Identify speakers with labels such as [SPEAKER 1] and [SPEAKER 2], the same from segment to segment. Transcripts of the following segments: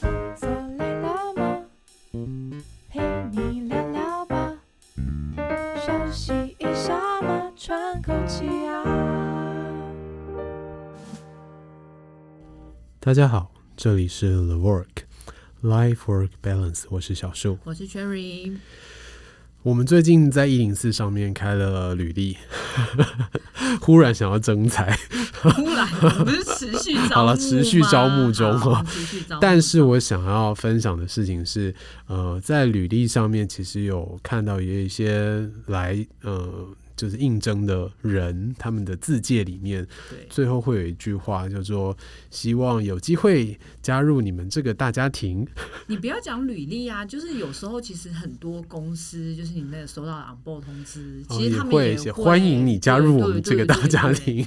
[SPEAKER 1] 坐累了吗？陪你聊聊吧，休息一下嘛，喘口气啊。
[SPEAKER 2] 大家好，这里是 The Work Life Work Balance，我是小树。
[SPEAKER 3] 我 是 Cherry，
[SPEAKER 2] 我们最近在一零四上面开了履历， 忽然想要征才，
[SPEAKER 3] 突然不是持续招募
[SPEAKER 2] 好了持续
[SPEAKER 3] 吗
[SPEAKER 2] 招募中
[SPEAKER 3] 好
[SPEAKER 2] 哦
[SPEAKER 3] 持续招募
[SPEAKER 2] 但是我想要分享的事情是，呃，在履历上面其实有看到也有一些来呃。就是应征的人，他们的自介里面
[SPEAKER 3] 对
[SPEAKER 2] 最后会有一句话，叫做“希望有机会加入你们这个大家庭
[SPEAKER 3] 你不要讲履历啊，就是有时候其实很多公司，就是你那个收到 on board 通知，”，
[SPEAKER 2] 哦
[SPEAKER 3] 其实他们
[SPEAKER 2] 会写
[SPEAKER 3] 也
[SPEAKER 2] 欢迎你加入
[SPEAKER 3] 对
[SPEAKER 2] 我们这
[SPEAKER 3] 对
[SPEAKER 2] 个
[SPEAKER 3] 对
[SPEAKER 2] 大
[SPEAKER 3] 对
[SPEAKER 2] 家
[SPEAKER 3] 对
[SPEAKER 2] 庭。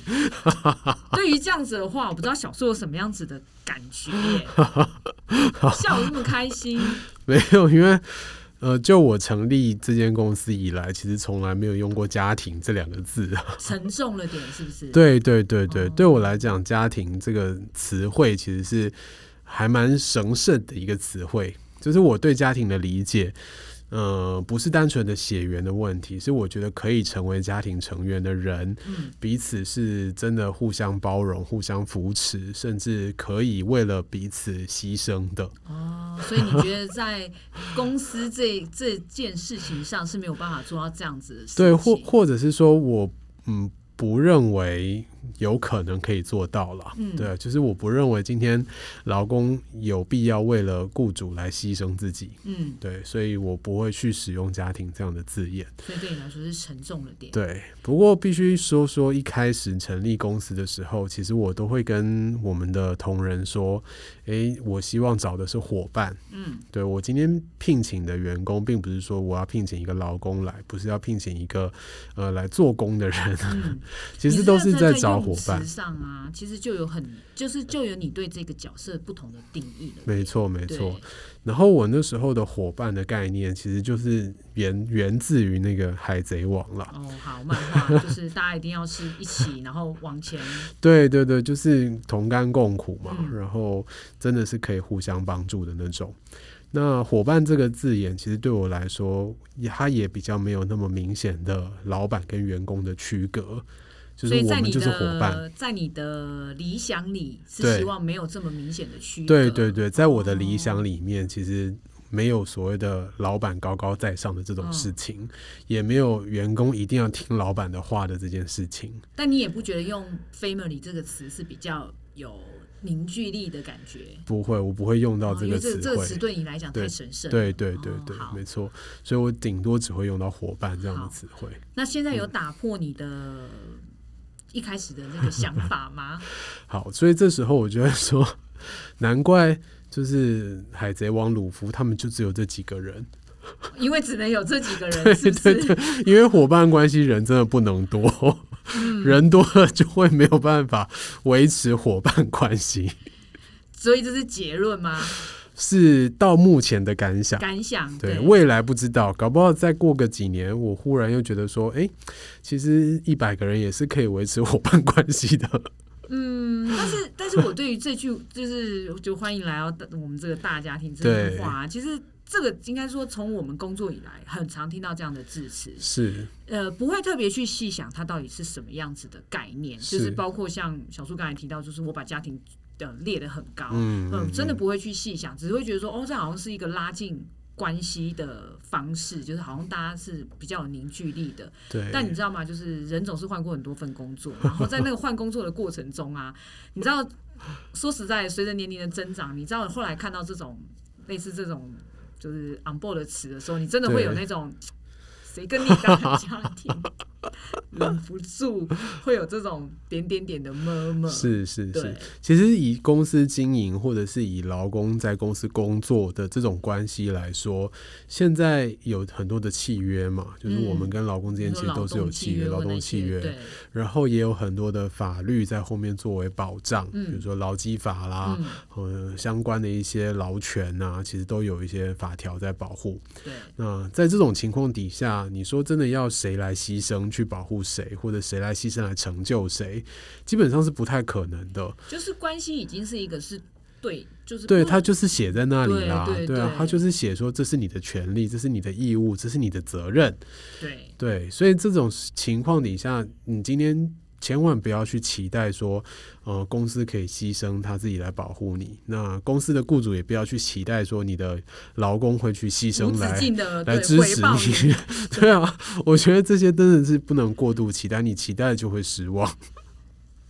[SPEAKER 3] 对于这样子的话，我不知道小树有什么样子的感觉耶，笑得这么开心，
[SPEAKER 2] 没有，因为呃，就我成立这间公司以来，其实从来没有用过“家庭”这两个字。啊
[SPEAKER 3] 沉重了点是不是？，
[SPEAKER 2] 对对对对，
[SPEAKER 3] 哦
[SPEAKER 2] 对我来讲，“家庭”这个词汇其实是还蛮神圣的一个词汇。就是我对家庭的理解，呃，不是单纯的血缘的问题，是我觉得可以成为家庭成员的人，
[SPEAKER 3] 嗯，
[SPEAKER 2] 彼此是真的互相包容、互相扶持，甚至可以为了彼此牺牲的。
[SPEAKER 3] 哦，所以你觉得在公司这这件事情上是没有办法做到这样子的事情？
[SPEAKER 2] 对，或或者是说我嗯不认为有可能可以做到了，
[SPEAKER 3] 嗯
[SPEAKER 2] 对，就是我不认为今天劳工有必要为了雇主来牺牲自己，
[SPEAKER 3] 嗯，
[SPEAKER 2] 对，所以我不会去使用家庭这样的字眼。
[SPEAKER 3] 所以对你来说是沉重了点。
[SPEAKER 2] 对，不过必须说说一开始成立公司的时候，其实我都会跟我们的同仁说，诶，我希望找的是伙伴。
[SPEAKER 3] 嗯，
[SPEAKER 2] 对我今天聘请的员工，并不是说我要聘请一个劳工来，不是要聘请一个呃来做工的人，
[SPEAKER 3] 嗯，
[SPEAKER 2] 其实都
[SPEAKER 3] 你
[SPEAKER 2] 是
[SPEAKER 3] 在
[SPEAKER 2] 找伙
[SPEAKER 3] 用
[SPEAKER 2] 伴
[SPEAKER 3] 词。上啊，其实就有很就是就有你对这个角色不同的定义了。
[SPEAKER 2] 没错，没
[SPEAKER 3] 对
[SPEAKER 2] 错。，然后我那时候的伙伴的概念，其实就是源源自于那个《海贼王》啦。
[SPEAKER 3] 哦，好，漫画就是大家一定要是一起，然后往前。
[SPEAKER 2] 对对对，就是同甘共苦嘛，
[SPEAKER 3] 嗯
[SPEAKER 2] 然后真的是可以互相帮助的那种。那伙伴这个字眼，其实对我来说，也它也比较没有那么明显的老板跟员工的区隔，就
[SPEAKER 3] 所
[SPEAKER 2] 是
[SPEAKER 3] 以
[SPEAKER 2] 我
[SPEAKER 3] 在
[SPEAKER 2] 们
[SPEAKER 3] 你
[SPEAKER 2] 就是伙伴。
[SPEAKER 3] 的在你的理想里
[SPEAKER 2] 对
[SPEAKER 3] 是希望没有这么明显的区隔。
[SPEAKER 2] 对对对，在我
[SPEAKER 3] 哦
[SPEAKER 2] 的理想里面，其实没有所谓的老板高高在上的这种
[SPEAKER 3] 嗯
[SPEAKER 2] 事情，也没有员工一定要听老板的话的这件事情。
[SPEAKER 3] 但你也不觉得用 “family” 这个词是比较有凝聚力的感觉？
[SPEAKER 2] 不会，我不会用到
[SPEAKER 3] 哦
[SPEAKER 2] 这
[SPEAKER 3] 因为
[SPEAKER 2] 个
[SPEAKER 3] 这
[SPEAKER 2] 词
[SPEAKER 3] 个这个
[SPEAKER 2] 汇。
[SPEAKER 3] 词对你来讲
[SPEAKER 2] 对
[SPEAKER 3] 太神圣了。
[SPEAKER 2] 对对对
[SPEAKER 3] 哦
[SPEAKER 2] 对，
[SPEAKER 3] 好
[SPEAKER 2] 没错，所以我顶多只会用到伙伴这样的
[SPEAKER 3] 好
[SPEAKER 2] 词汇。
[SPEAKER 3] 那现在有
[SPEAKER 2] 嗯
[SPEAKER 3] 打破你的一开始的那个想 法吗？
[SPEAKER 2] 好，所以这时候我就会说，难怪就是海贼王鲁夫他们就只有这几个人，
[SPEAKER 3] 因为只能有这几个
[SPEAKER 2] 对
[SPEAKER 3] 人，是不
[SPEAKER 2] 对
[SPEAKER 3] 是？
[SPEAKER 2] 对，因为伙伴关系人真的不能多，
[SPEAKER 3] 嗯
[SPEAKER 2] 人多了就会没有办法维持伙伴关系，
[SPEAKER 3] 所以这是结论吗？
[SPEAKER 2] 是到目前的感想。
[SPEAKER 3] 感想
[SPEAKER 2] 对未来不知道，搞不好再过个几年，我忽然又觉得说，哎，其实一百个人也是可以维持伙伴关系的。
[SPEAKER 3] 嗯，但是但是我对于这句就是就欢迎来到我们这个大家庭这
[SPEAKER 2] 对
[SPEAKER 3] 句话啊，其实。这个应该说，从我们工作以来，很常听到这样的字词，
[SPEAKER 2] 是，
[SPEAKER 3] 呃，不会特别去细想它到底是什么样子的概念，
[SPEAKER 2] 是
[SPEAKER 3] 就是包括像小树刚才提到，就是我把家庭呃列得很高，
[SPEAKER 2] 嗯
[SPEAKER 3] 嗯，真的不会去细想，只会觉得说，哦，这好像是一个拉近关系的方式，就是好像大家是比较有凝聚力的。
[SPEAKER 2] 对。
[SPEAKER 3] 但你知道吗？就是人总是换过很多份工作，然后在那个换工作的过程 中啊，你知道，说实在，随着年龄的增长，你知道后来看到这种类似这种就是 on board 的词的时候，你真的会有
[SPEAKER 2] 对
[SPEAKER 3] 那种谁跟你当家庭，忍不住会有这种点点点的么么。
[SPEAKER 2] 是是
[SPEAKER 3] 对
[SPEAKER 2] 是，其实以公司经营或者是以劳工在公司工作的这种关系来说，现在有很多的契约嘛，就是我们
[SPEAKER 3] 嗯
[SPEAKER 2] 跟劳工之间
[SPEAKER 3] 你说
[SPEAKER 2] 其实都是有契约，劳
[SPEAKER 3] 或那
[SPEAKER 2] 动
[SPEAKER 3] 些
[SPEAKER 2] 契约，
[SPEAKER 3] 对，
[SPEAKER 2] 然后也有很多的法律在后面作为保障，
[SPEAKER 3] 嗯
[SPEAKER 2] 比如说劳基法啦，
[SPEAKER 3] 嗯，
[SPEAKER 2] 呃，相关的一些劳权啊，其实都有一些法条在保护。
[SPEAKER 3] 对，
[SPEAKER 2] 那在这种情况底下，你说真的要谁来牺牲去保护谁，或者谁来牺牲来成就谁，基本上是不太可能的。
[SPEAKER 3] 就是关系已经是一个是对，就是
[SPEAKER 2] 对
[SPEAKER 3] 不
[SPEAKER 2] 他就是写在那里
[SPEAKER 3] 对
[SPEAKER 2] 啦，
[SPEAKER 3] 对
[SPEAKER 2] 啊
[SPEAKER 3] 对，
[SPEAKER 2] 他就是写说这是你的权利，这是你的义务，这是你的责任，
[SPEAKER 3] 对
[SPEAKER 2] 对，所以这种情况底下，你今天千万不要去期待说，呃，公司可以牺牲他自己来保护你，那公司的雇主也不要去期待说你的劳工会去牺
[SPEAKER 3] 无
[SPEAKER 2] 牲
[SPEAKER 3] 止
[SPEAKER 2] 来
[SPEAKER 3] 境的
[SPEAKER 2] 来
[SPEAKER 3] 呃对
[SPEAKER 2] 支
[SPEAKER 3] 回
[SPEAKER 2] 持
[SPEAKER 3] 报
[SPEAKER 2] 你， 对啊，我觉得这些真的是不能过度期待，你期待就会失望。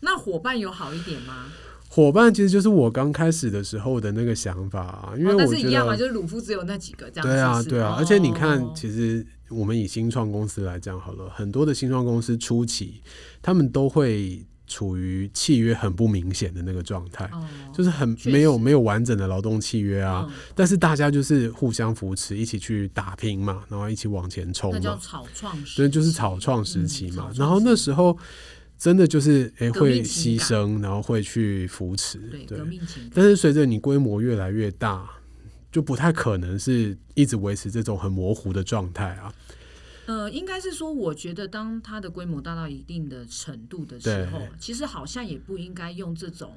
[SPEAKER 3] 那伙伴有好一点吗？
[SPEAKER 2] 伙伴其实就是我刚开始的时候的那个想法、啊，因为
[SPEAKER 3] 哦但
[SPEAKER 2] 我
[SPEAKER 3] 是
[SPEAKER 2] 觉
[SPEAKER 3] 一样嘛，
[SPEAKER 2] 得
[SPEAKER 3] 就是鲁夫只有那几个这样。
[SPEAKER 2] 对啊
[SPEAKER 3] 是不是
[SPEAKER 2] 对啊，而且你
[SPEAKER 3] 哦
[SPEAKER 2] 看，其实我们以新创公司来讲好了，很多的新创公司初期，他们都会处于契约很不明显的那个状态，
[SPEAKER 3] 哦
[SPEAKER 2] 就是很
[SPEAKER 3] 确
[SPEAKER 2] 没有
[SPEAKER 3] 实
[SPEAKER 2] 没有完整的劳动契约啊，
[SPEAKER 3] 嗯
[SPEAKER 2] 但是大家就是互相扶持，一起去打拼嘛，然后一起往前冲
[SPEAKER 3] 那
[SPEAKER 2] 嘛
[SPEAKER 3] 叫，草创时
[SPEAKER 2] 所以
[SPEAKER 3] 期，
[SPEAKER 2] 就是草创时
[SPEAKER 3] 嗯
[SPEAKER 2] 期
[SPEAKER 3] 草
[SPEAKER 2] 嘛
[SPEAKER 3] 创。
[SPEAKER 2] 然后那时候真的就是诶
[SPEAKER 3] 革命
[SPEAKER 2] 会牺
[SPEAKER 3] 情感
[SPEAKER 2] 牲，然后会去扶持，
[SPEAKER 3] 对革命情感，
[SPEAKER 2] 但是随着你规模越来越大，就不太可能是一直维持这种很模糊的状态啊。
[SPEAKER 3] 呃，应该是说，我觉得当它的规模大到一定的程度的时
[SPEAKER 2] 对
[SPEAKER 3] 候，其实好像也不应该用这种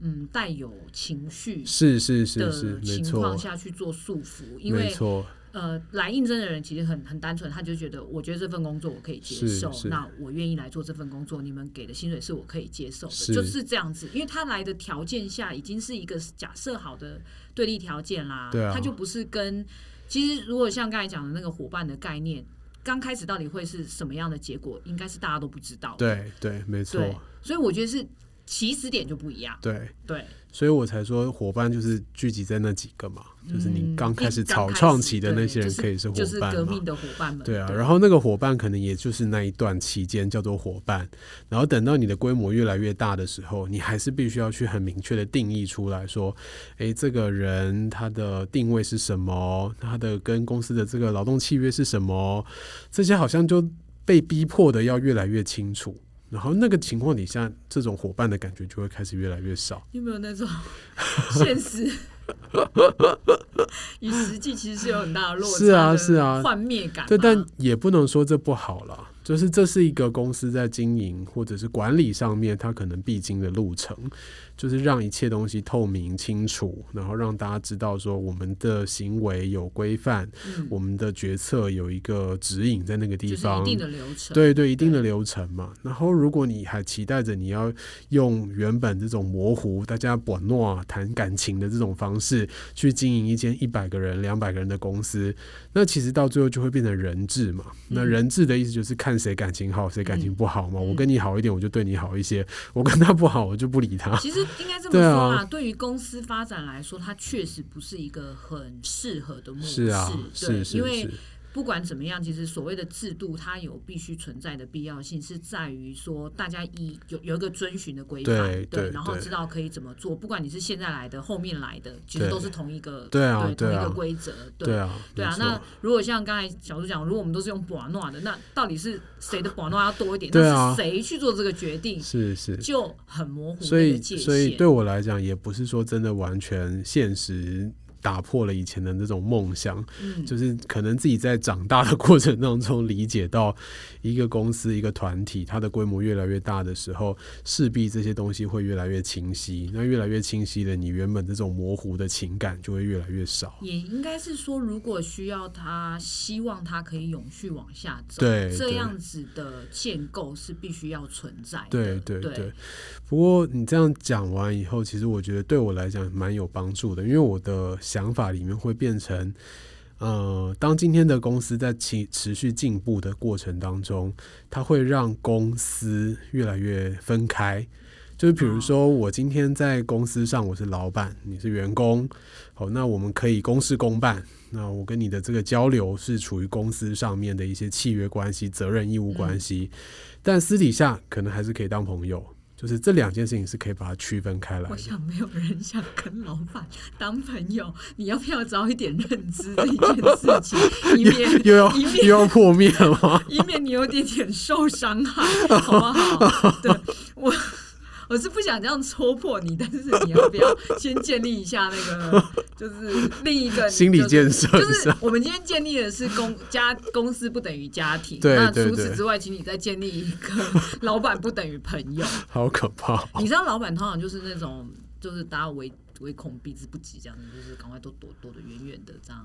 [SPEAKER 3] 嗯带有情绪
[SPEAKER 2] 是是是是
[SPEAKER 3] 的，
[SPEAKER 2] 没
[SPEAKER 3] 情
[SPEAKER 2] 错
[SPEAKER 3] 况，下去做束缚，因
[SPEAKER 2] 没
[SPEAKER 3] 为
[SPEAKER 2] 错，
[SPEAKER 3] 呃，来应征的人其实很很单纯，他就觉得我觉得这份工作我可以接
[SPEAKER 2] 是
[SPEAKER 3] 受，
[SPEAKER 2] 是
[SPEAKER 3] 那我愿意来做这份工作，你们给的薪水是我可以接受的，
[SPEAKER 2] 是
[SPEAKER 3] 就是这样子。因为他来的条件下已经是一个假设好的对立条件啦，
[SPEAKER 2] 对啊
[SPEAKER 3] 他就不是跟其实如果像刚才讲的那个伙伴的概念，刚开始到底会是什么样的结果，应该是大家都不知道的，
[SPEAKER 2] 对对，没错，
[SPEAKER 3] 对，所以我觉得是起始点就不一样，
[SPEAKER 2] 对。
[SPEAKER 3] 对，
[SPEAKER 2] 所以我才说伙伴就是聚集在那几个嘛，就是你
[SPEAKER 3] 嗯
[SPEAKER 2] 刚开始
[SPEAKER 3] 一
[SPEAKER 2] 草
[SPEAKER 3] 刚开
[SPEAKER 2] 创
[SPEAKER 3] 始
[SPEAKER 2] 期的
[SPEAKER 3] 对
[SPEAKER 2] 那些人
[SPEAKER 3] 就是
[SPEAKER 2] 可以是伙
[SPEAKER 3] 就是
[SPEAKER 2] 伴
[SPEAKER 3] 革
[SPEAKER 2] 嘛
[SPEAKER 3] 命。的伙伴们，
[SPEAKER 2] 对啊，然后那个伙伴可能也就是那一段期间叫做伙伴，然后等到你的规模越来越大的时候，你还是必须要去很明确的定义出来说，诶，这个人他的定位是什么，他的跟公司的这个劳动契约是什么，这些好像就被逼迫的要越来越清楚。然后那个情况底下，这种伙伴的感觉就会开始越来越少。
[SPEAKER 3] 有没有那种 现实与实际其实是有很大的落差的？
[SPEAKER 2] 是啊是啊
[SPEAKER 3] 幻灭感 嘛。
[SPEAKER 2] 对，但也不能说这不好啦，就是这是一个公司在经营或者是管理上面，它可能必经的路程，就是让一切东西透明清楚，然后让大家知道说我们的行为有规范，
[SPEAKER 3] 嗯，
[SPEAKER 2] 我们的决策有一个指引在那个地
[SPEAKER 3] 就是
[SPEAKER 2] 方
[SPEAKER 3] 一。定的流程。
[SPEAKER 2] 对对，一定的流程嘛。然后，如果你还期待着你要用原本这种模糊、大家玩诺谈感情的这种方式去经营一间一百个人、两百个人的公司，那其实到最后就会变成人质嘛。那
[SPEAKER 3] 嗯
[SPEAKER 2] 人质的意思就是看谁感情好，谁感情
[SPEAKER 3] 嗯
[SPEAKER 2] 不好嘛。我
[SPEAKER 3] 嗯
[SPEAKER 2] 跟你好一点，我就对你好一些；我跟他不好，我就不理他。
[SPEAKER 3] 其实应该这么
[SPEAKER 2] 对
[SPEAKER 3] 说
[SPEAKER 2] 啊
[SPEAKER 3] 啦，对于公司发展来说，它确实不是一个很适合的模
[SPEAKER 2] 是
[SPEAKER 3] 式。
[SPEAKER 2] 啊，
[SPEAKER 3] 嗯对，
[SPEAKER 2] 是
[SPEAKER 3] 因
[SPEAKER 2] 是
[SPEAKER 3] 为
[SPEAKER 2] 是，
[SPEAKER 3] 不管怎么样，其实所谓的制度，它有必须存在的必要性，是在于说大家一有有一个遵循的规范，
[SPEAKER 2] 对对
[SPEAKER 3] 然后
[SPEAKER 2] 对
[SPEAKER 3] 知道可以怎么做。不管你是现在来的，后面来的，其实
[SPEAKER 2] 对
[SPEAKER 3] 都是同一个
[SPEAKER 2] 对啊
[SPEAKER 3] 同
[SPEAKER 2] 对
[SPEAKER 3] 一
[SPEAKER 2] 啊
[SPEAKER 3] 个规则，
[SPEAKER 2] 对啊，
[SPEAKER 3] 对啊
[SPEAKER 2] 没，错
[SPEAKER 3] 那如果像刚才小朱讲，如果我们都是用寡诺的，那到底是谁的寡诺要多一点？
[SPEAKER 2] 对啊
[SPEAKER 3] 那是谁去做这个决定，
[SPEAKER 2] 是是。
[SPEAKER 3] 就很模糊
[SPEAKER 2] 所
[SPEAKER 3] 那个
[SPEAKER 2] 以，
[SPEAKER 3] 界
[SPEAKER 2] 所以
[SPEAKER 3] 限。
[SPEAKER 2] 对我来讲，也不是说真的完全现实打破了以前的那种梦想，
[SPEAKER 3] 嗯，
[SPEAKER 2] 就是可能自己在长大的过程当中理解到，一个公司、一个团体，它的规模越来越大的时候，势必这些东西会越来越清晰。那越来越清晰的，你原本这种模糊的情感就会越来越少。
[SPEAKER 3] 也应该是说，如果需要他，希望他可以永续往下走，
[SPEAKER 2] 对
[SPEAKER 3] 这
[SPEAKER 2] 对
[SPEAKER 3] 样子的建构是必须要存在的。
[SPEAKER 2] 对对
[SPEAKER 3] 对
[SPEAKER 2] 对，不过你这样讲完以后，其实我觉得对我来讲蛮有帮助的，因为我的想法里面会变成，呃，当今天的公司在持持续进步的过程当中，它会让公司越来越分开。就是比
[SPEAKER 3] 嗯
[SPEAKER 2] 如说，我今天在公司上我是老板，你是员工，好，那我们可以公事公办。那我跟你的这个交流是处于公司上面的一些契约关系、责任义务
[SPEAKER 3] 嗯
[SPEAKER 2] 关系。但私底下可能还是可以当朋友，就是这两件事情是可以把它区分开来
[SPEAKER 3] 我
[SPEAKER 2] 的。
[SPEAKER 3] 想没有人想跟老板当朋友，你要不要早一点认知这一件事 情，以免
[SPEAKER 2] 又要
[SPEAKER 3] 一面
[SPEAKER 2] 又要破灭了吗？
[SPEAKER 3] 以免你有点点受伤害，好不 好？对我，我是不想这样戳破你，但是你要不要先建立一下那个， 就是另一个
[SPEAKER 2] 心理建设
[SPEAKER 3] 就是是
[SPEAKER 2] 吧
[SPEAKER 3] 我们今天建立的是公家公司不等于家庭，
[SPEAKER 2] 对对
[SPEAKER 3] 那除此
[SPEAKER 2] 对
[SPEAKER 3] 之外，请你再建立一个 老板不等于朋友。
[SPEAKER 2] 好可怕哦、
[SPEAKER 3] 你知道，老板通常就是那种就是大家围唯恐避之不及，这样子就是赶快都躲躲得远远的这样。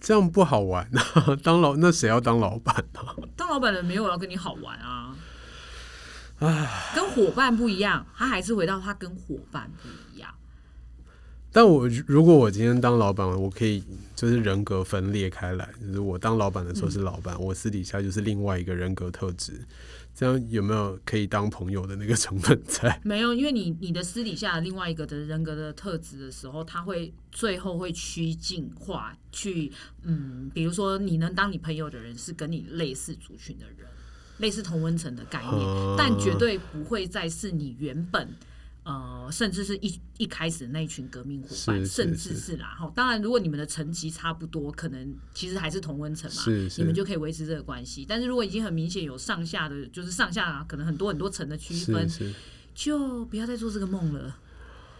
[SPEAKER 2] 这样不好玩啊！当老那谁要当老板啊呢、
[SPEAKER 3] 当老板的没有要跟你好玩啊，跟伙伴不一样，他还是回到他跟伙伴不一样。
[SPEAKER 2] 但我如果我今天当老板，我可以就是人格分裂开来，就是我当老板的
[SPEAKER 3] 嗯
[SPEAKER 2] 时候是老板，我私底下就是另外一个人格特质，这样有没有可以当朋友的那个成分 在？
[SPEAKER 3] 没有，因为你你的私底下的另外一个的人格的特质的时候，他会最后会趋近化去，嗯，比如说你能当你朋友的人是跟你类似族群的人，类似同温层的概念，
[SPEAKER 2] 哦
[SPEAKER 3] 但绝对不会再是你原本。呃，甚至是一一开始那一群革命伙伴，
[SPEAKER 2] 是是
[SPEAKER 3] 甚至
[SPEAKER 2] 是
[SPEAKER 3] 是啦，哈，当然，如果你们的层级差不多，可能其实还是同温层嘛，
[SPEAKER 2] 是是
[SPEAKER 3] 你们就可以维持这个关系。但是如果已经很明显有上下的，就是上下、啊、可能很多很多层的区分
[SPEAKER 2] 是，是，
[SPEAKER 3] 就不要再做这个梦了，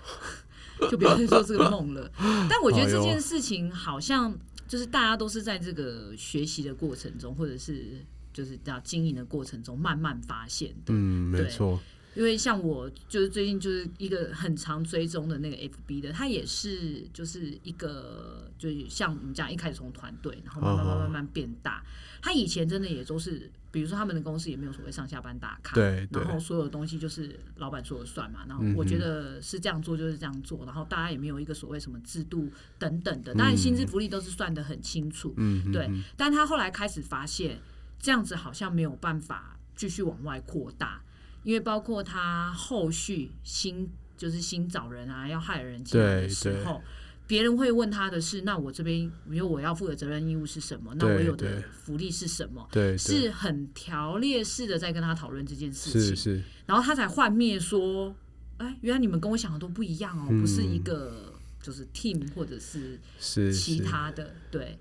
[SPEAKER 3] 就不要再做这个梦了。但我觉得这件事情好像就是大家都是在这个学习的过程中，或者是就是叫经营的过程中慢慢发现的。
[SPEAKER 2] 嗯，没
[SPEAKER 3] 对
[SPEAKER 2] 错，
[SPEAKER 3] 因为像我就是最近就是一个很常追踪的那个 FB 的，他也是就是一个就是像我们讲一开始从团队，然后慢慢慢慢慢慢变大。他以前真的也都是，比如说他们的公司也没有所谓上下班打卡，
[SPEAKER 2] 对对
[SPEAKER 3] 然后所有东西就是老板说了算嘛。然后
[SPEAKER 2] 嗯哼
[SPEAKER 3] 我觉得是这样做就是这样做，然后大家也没有一个所谓什么制度等等的，当然薪资福利都是算得很清楚。
[SPEAKER 2] 嗯，
[SPEAKER 3] 对
[SPEAKER 2] 嗯，
[SPEAKER 3] 但他后来开始发现，这样子好像没有办法继续往外扩大，因为包括他后续新就是新找人啊，要害人进来的
[SPEAKER 2] 对
[SPEAKER 3] 时
[SPEAKER 2] 对
[SPEAKER 3] 候。别人会问他的是，那我这边，比如我要负的责任义务是什么？那我
[SPEAKER 2] 对
[SPEAKER 3] 有的
[SPEAKER 2] 对
[SPEAKER 3] 福利是什么？
[SPEAKER 2] 对，对
[SPEAKER 3] 是很条列式的在跟他讨论这件事情
[SPEAKER 2] 是。是，
[SPEAKER 3] 然后他才幻灭说：“哎，原来你们跟我想的都不一样哦，不是一
[SPEAKER 2] 嗯
[SPEAKER 3] 个就是 team 或者是
[SPEAKER 2] 是
[SPEAKER 3] 其
[SPEAKER 2] 是
[SPEAKER 3] 他的对，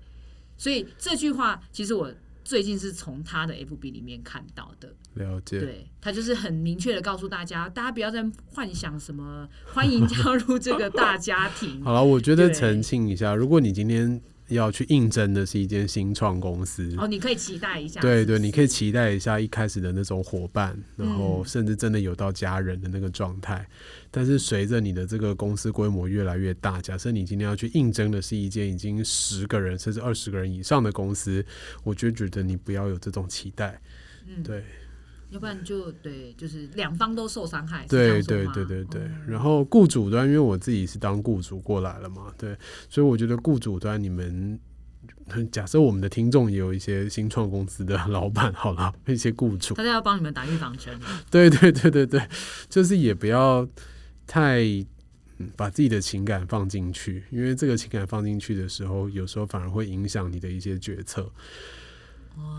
[SPEAKER 3] 所以这句话其实我最近是从他的 FB 里面看到的，
[SPEAKER 2] 了
[SPEAKER 3] 对
[SPEAKER 2] 解，
[SPEAKER 3] 他就是很明确的告诉大家，大家不要再幻想什么欢迎加入这个大家庭，
[SPEAKER 2] 好了，我觉得
[SPEAKER 3] 对
[SPEAKER 2] 澄清一下，如果你今天要去应征的是一间新创公司，
[SPEAKER 3] 哦，你可以期待一下，
[SPEAKER 2] 对
[SPEAKER 3] 是不
[SPEAKER 2] 对，
[SPEAKER 3] 是
[SPEAKER 2] 你可以期待一下一开始的那种伙伴，然后
[SPEAKER 3] 嗯
[SPEAKER 2] 甚至真的有到家人的那个状态。但是随着你的这个公司规模越来越大，假设你今天要去应征的是一间已经十个人甚至二十个人以上的公司，我就觉得你不要有这种期待。
[SPEAKER 3] 嗯
[SPEAKER 2] 对
[SPEAKER 3] 要不然就对，就是两方都受伤害，是这
[SPEAKER 2] 对
[SPEAKER 3] 样说
[SPEAKER 2] 对
[SPEAKER 3] 吗
[SPEAKER 2] 对对对
[SPEAKER 3] 哦。
[SPEAKER 2] 然后雇主端，因为我自己是当雇主过来了嘛，对，所以我觉得雇主端你们。假设我们的听众也有一些新创公司的老板，好了，一些雇主，
[SPEAKER 3] 大家要帮你们打预 防针，
[SPEAKER 2] 对对对对对，就是也不要太、嗯把自己的情感放进去，因为这个情感放进去的时候，有时候反而会影响你的一些决策。
[SPEAKER 3] 哦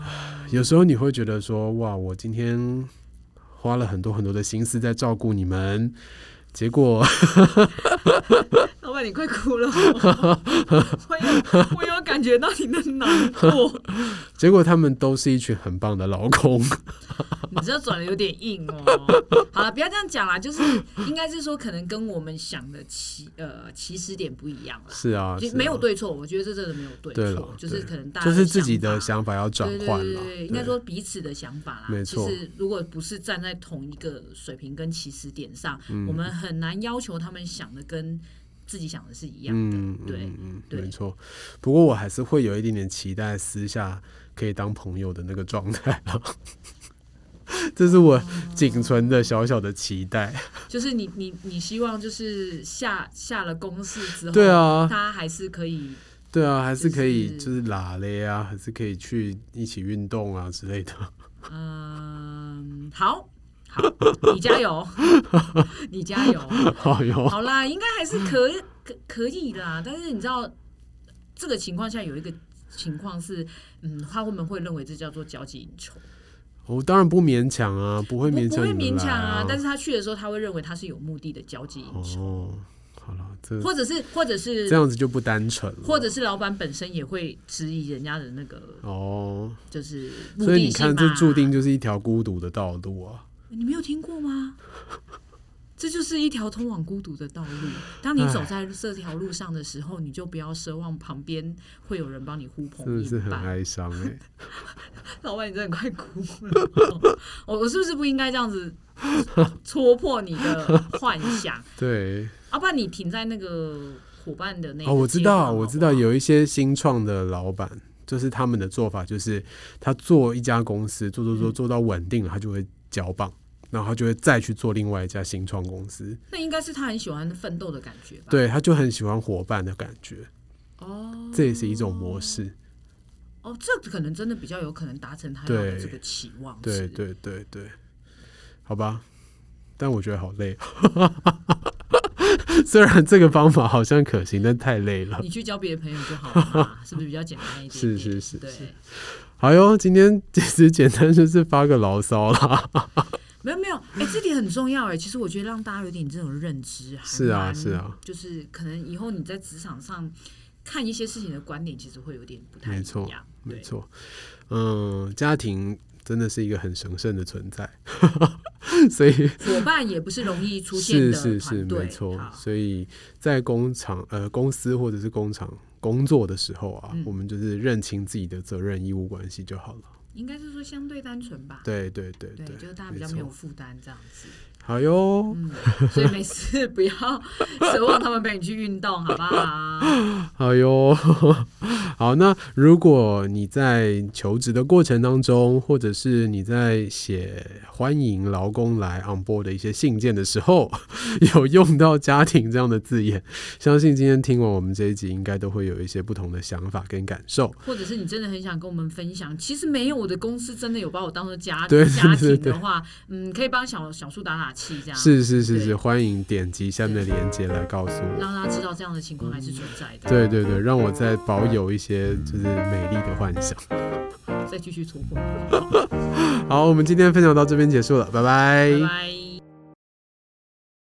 [SPEAKER 2] 有时候你会觉得说，哇，我今天花了很多很多的心思在照顾你们，结果
[SPEAKER 3] 老板你快哭了 哦，我有我有感觉到你的难过。
[SPEAKER 2] 结果他们都是一群很棒的劳工。
[SPEAKER 3] 你这转的有点硬哦。好了，不要这样讲啦，就是应该是说，可能跟我们想的起呃起始点不一样啦。
[SPEAKER 2] 是啊，
[SPEAKER 3] 就是没有
[SPEAKER 2] 啊
[SPEAKER 3] 对错，我觉得这真的没有对
[SPEAKER 2] 对
[SPEAKER 3] 错
[SPEAKER 2] 了，，
[SPEAKER 3] 就是
[SPEAKER 2] 对
[SPEAKER 3] 可能大家
[SPEAKER 2] 就是自己
[SPEAKER 3] 的
[SPEAKER 2] 的
[SPEAKER 3] 想
[SPEAKER 2] 想法要
[SPEAKER 3] 法
[SPEAKER 2] 转
[SPEAKER 3] 对对
[SPEAKER 2] 换
[SPEAKER 3] 对
[SPEAKER 2] 了
[SPEAKER 3] 对，对应该说彼此的想法啦。
[SPEAKER 2] 没错
[SPEAKER 3] 其实如果不是站在同一个水平跟起始点上，
[SPEAKER 2] 嗯
[SPEAKER 3] 我们很难要求他们想的跟自己想的是一样的。
[SPEAKER 2] 嗯
[SPEAKER 3] 对
[SPEAKER 2] 嗯嗯
[SPEAKER 3] 对
[SPEAKER 2] 没错。不过我还是会有一点点期待私下可以当朋友的那个状态了。 这是我
[SPEAKER 3] 哦
[SPEAKER 2] 仅存的小小的期待。
[SPEAKER 3] 就是你你你希望就是下下了公式之后，
[SPEAKER 2] 对啊
[SPEAKER 3] 大家还是可以
[SPEAKER 2] 对啊，还是
[SPEAKER 3] 哦就
[SPEAKER 2] 可以
[SPEAKER 3] 是
[SPEAKER 2] 就是拉嘞啊，还是可以去一起运动啊之类的。
[SPEAKER 3] 嗯，好，好，你 加油，你加油。
[SPEAKER 2] 好哟，
[SPEAKER 3] 好啦，应该还是可可可以啦。但是你知道，这个情况下有一个情况是，嗯，他们会认为这叫做交际应酬，
[SPEAKER 2] 我当然不勉强啊，不会
[SPEAKER 3] 不
[SPEAKER 2] 勉
[SPEAKER 3] 不
[SPEAKER 2] 强
[SPEAKER 3] 会
[SPEAKER 2] 你
[SPEAKER 3] 勉
[SPEAKER 2] 们
[SPEAKER 3] 强
[SPEAKER 2] 来
[SPEAKER 3] 啊
[SPEAKER 2] 啊。。
[SPEAKER 3] 但是他去的时候，他会认为他是有目的的交际应酬，
[SPEAKER 2] 哦，好了，这
[SPEAKER 3] 或者是或者是
[SPEAKER 2] 哦这样子就不单纯了。
[SPEAKER 3] 或者是老板本身也会质疑人家的那个
[SPEAKER 2] 哦，
[SPEAKER 3] 就是目
[SPEAKER 2] 所以
[SPEAKER 3] 的
[SPEAKER 2] 你
[SPEAKER 3] 性啊嘛。
[SPEAKER 2] 看，这注定就是一条孤独的道路啊。
[SPEAKER 3] 你没有听过吗？这就是一条通往孤独的道路。当你走在这条路上的时候，你就不要奢望旁边会有人帮你呼
[SPEAKER 2] 真
[SPEAKER 3] 朋
[SPEAKER 2] 的是
[SPEAKER 3] 引
[SPEAKER 2] 很
[SPEAKER 3] 伴。
[SPEAKER 2] 哀伤 哎、
[SPEAKER 3] 老板，你真的快哭了！我我是不是不应该这样子戳破你的幻想？
[SPEAKER 2] 对，
[SPEAKER 3] 要、不然你停在那个伙伴的那个
[SPEAKER 2] 哦，我知
[SPEAKER 3] 街上
[SPEAKER 2] 道，我知道，
[SPEAKER 3] 好不好
[SPEAKER 2] 有一些新创的老板，就是他们的做法就是，他做一家公司，做做做
[SPEAKER 3] 嗯
[SPEAKER 2] 做到稳定了，他就会交棒，然后他就会再去做另外一家新创公司。
[SPEAKER 3] 那应该是他很喜欢奋斗的感觉吧？，
[SPEAKER 2] 对，他就很喜欢伙伴的感觉，
[SPEAKER 3] 哦，
[SPEAKER 2] 这也是一种模式。
[SPEAKER 3] 哦，这可能真的比较有可能达成他要的
[SPEAKER 2] 对
[SPEAKER 3] 这个期望。
[SPEAKER 2] 对
[SPEAKER 3] 是
[SPEAKER 2] 对对对，好吧，但我觉得好累。 虽然这个方法好像可行，但太累 了。
[SPEAKER 3] 你去交别的朋友就好 了嘛，是不是比较简单一点
[SPEAKER 2] 是
[SPEAKER 3] 点？
[SPEAKER 2] 是是是
[SPEAKER 3] 对，
[SPEAKER 2] 好哟，今天其实简单就是发个牢骚啊啦。
[SPEAKER 3] 没有没有，哎、这点很重要哎。其实我觉得让大家有点这种认知，还
[SPEAKER 2] 是啊
[SPEAKER 3] 蛮
[SPEAKER 2] 是啊，
[SPEAKER 3] 就是可能以后你在职场上看一些事情的观点，其实会有点不太
[SPEAKER 2] 没
[SPEAKER 3] 一
[SPEAKER 2] 错
[SPEAKER 3] 样。
[SPEAKER 2] 没
[SPEAKER 3] 对
[SPEAKER 2] 错，嗯，家庭真的是一个很神圣的存在， 所以
[SPEAKER 3] 伙伴也不是容易出现
[SPEAKER 2] 是
[SPEAKER 3] 的
[SPEAKER 2] 是是
[SPEAKER 3] 团队
[SPEAKER 2] 没错
[SPEAKER 3] 好。
[SPEAKER 2] 所以在工厂呃公司或者是工厂工作的时候啊，
[SPEAKER 3] 嗯
[SPEAKER 2] 我们就是认清自己的责任义务关系就好了。
[SPEAKER 3] 应该是说相对单纯吧。
[SPEAKER 2] 对对对
[SPEAKER 3] 对，就是大家比较
[SPEAKER 2] 没
[SPEAKER 3] 没有
[SPEAKER 2] 错
[SPEAKER 3] 负担这样子，
[SPEAKER 2] 好哟，
[SPEAKER 3] 嗯，所以每次不要 奢望他们陪你去运动，好不好？
[SPEAKER 2] 好哟，哎 好。那如果你在求职的过程当中，或者是你在写欢迎劳工来 on board 的一些信件的时候， 有用到家庭这样的字眼，相信今天听完我们这一集，应该都会有一些不同的想法跟感受。
[SPEAKER 3] 或者是你真的很想跟我们分享，其实没有，我的公司真的有把我当做家
[SPEAKER 2] 对
[SPEAKER 3] 家
[SPEAKER 2] 对对
[SPEAKER 3] 庭
[SPEAKER 2] 对
[SPEAKER 3] 的话，嗯，可以帮小小树打打气，这样
[SPEAKER 2] 是是是
[SPEAKER 3] 对
[SPEAKER 2] 是，欢迎点击下面的链接来告诉我。
[SPEAKER 3] 让大家知道这样的情况还是存在的，
[SPEAKER 2] 对对对，让我再保有一些就是美丽的幻想。
[SPEAKER 3] 再继续戳破，
[SPEAKER 2] 哎好，我们今天分享到这边结束了，拜
[SPEAKER 3] 拜拜。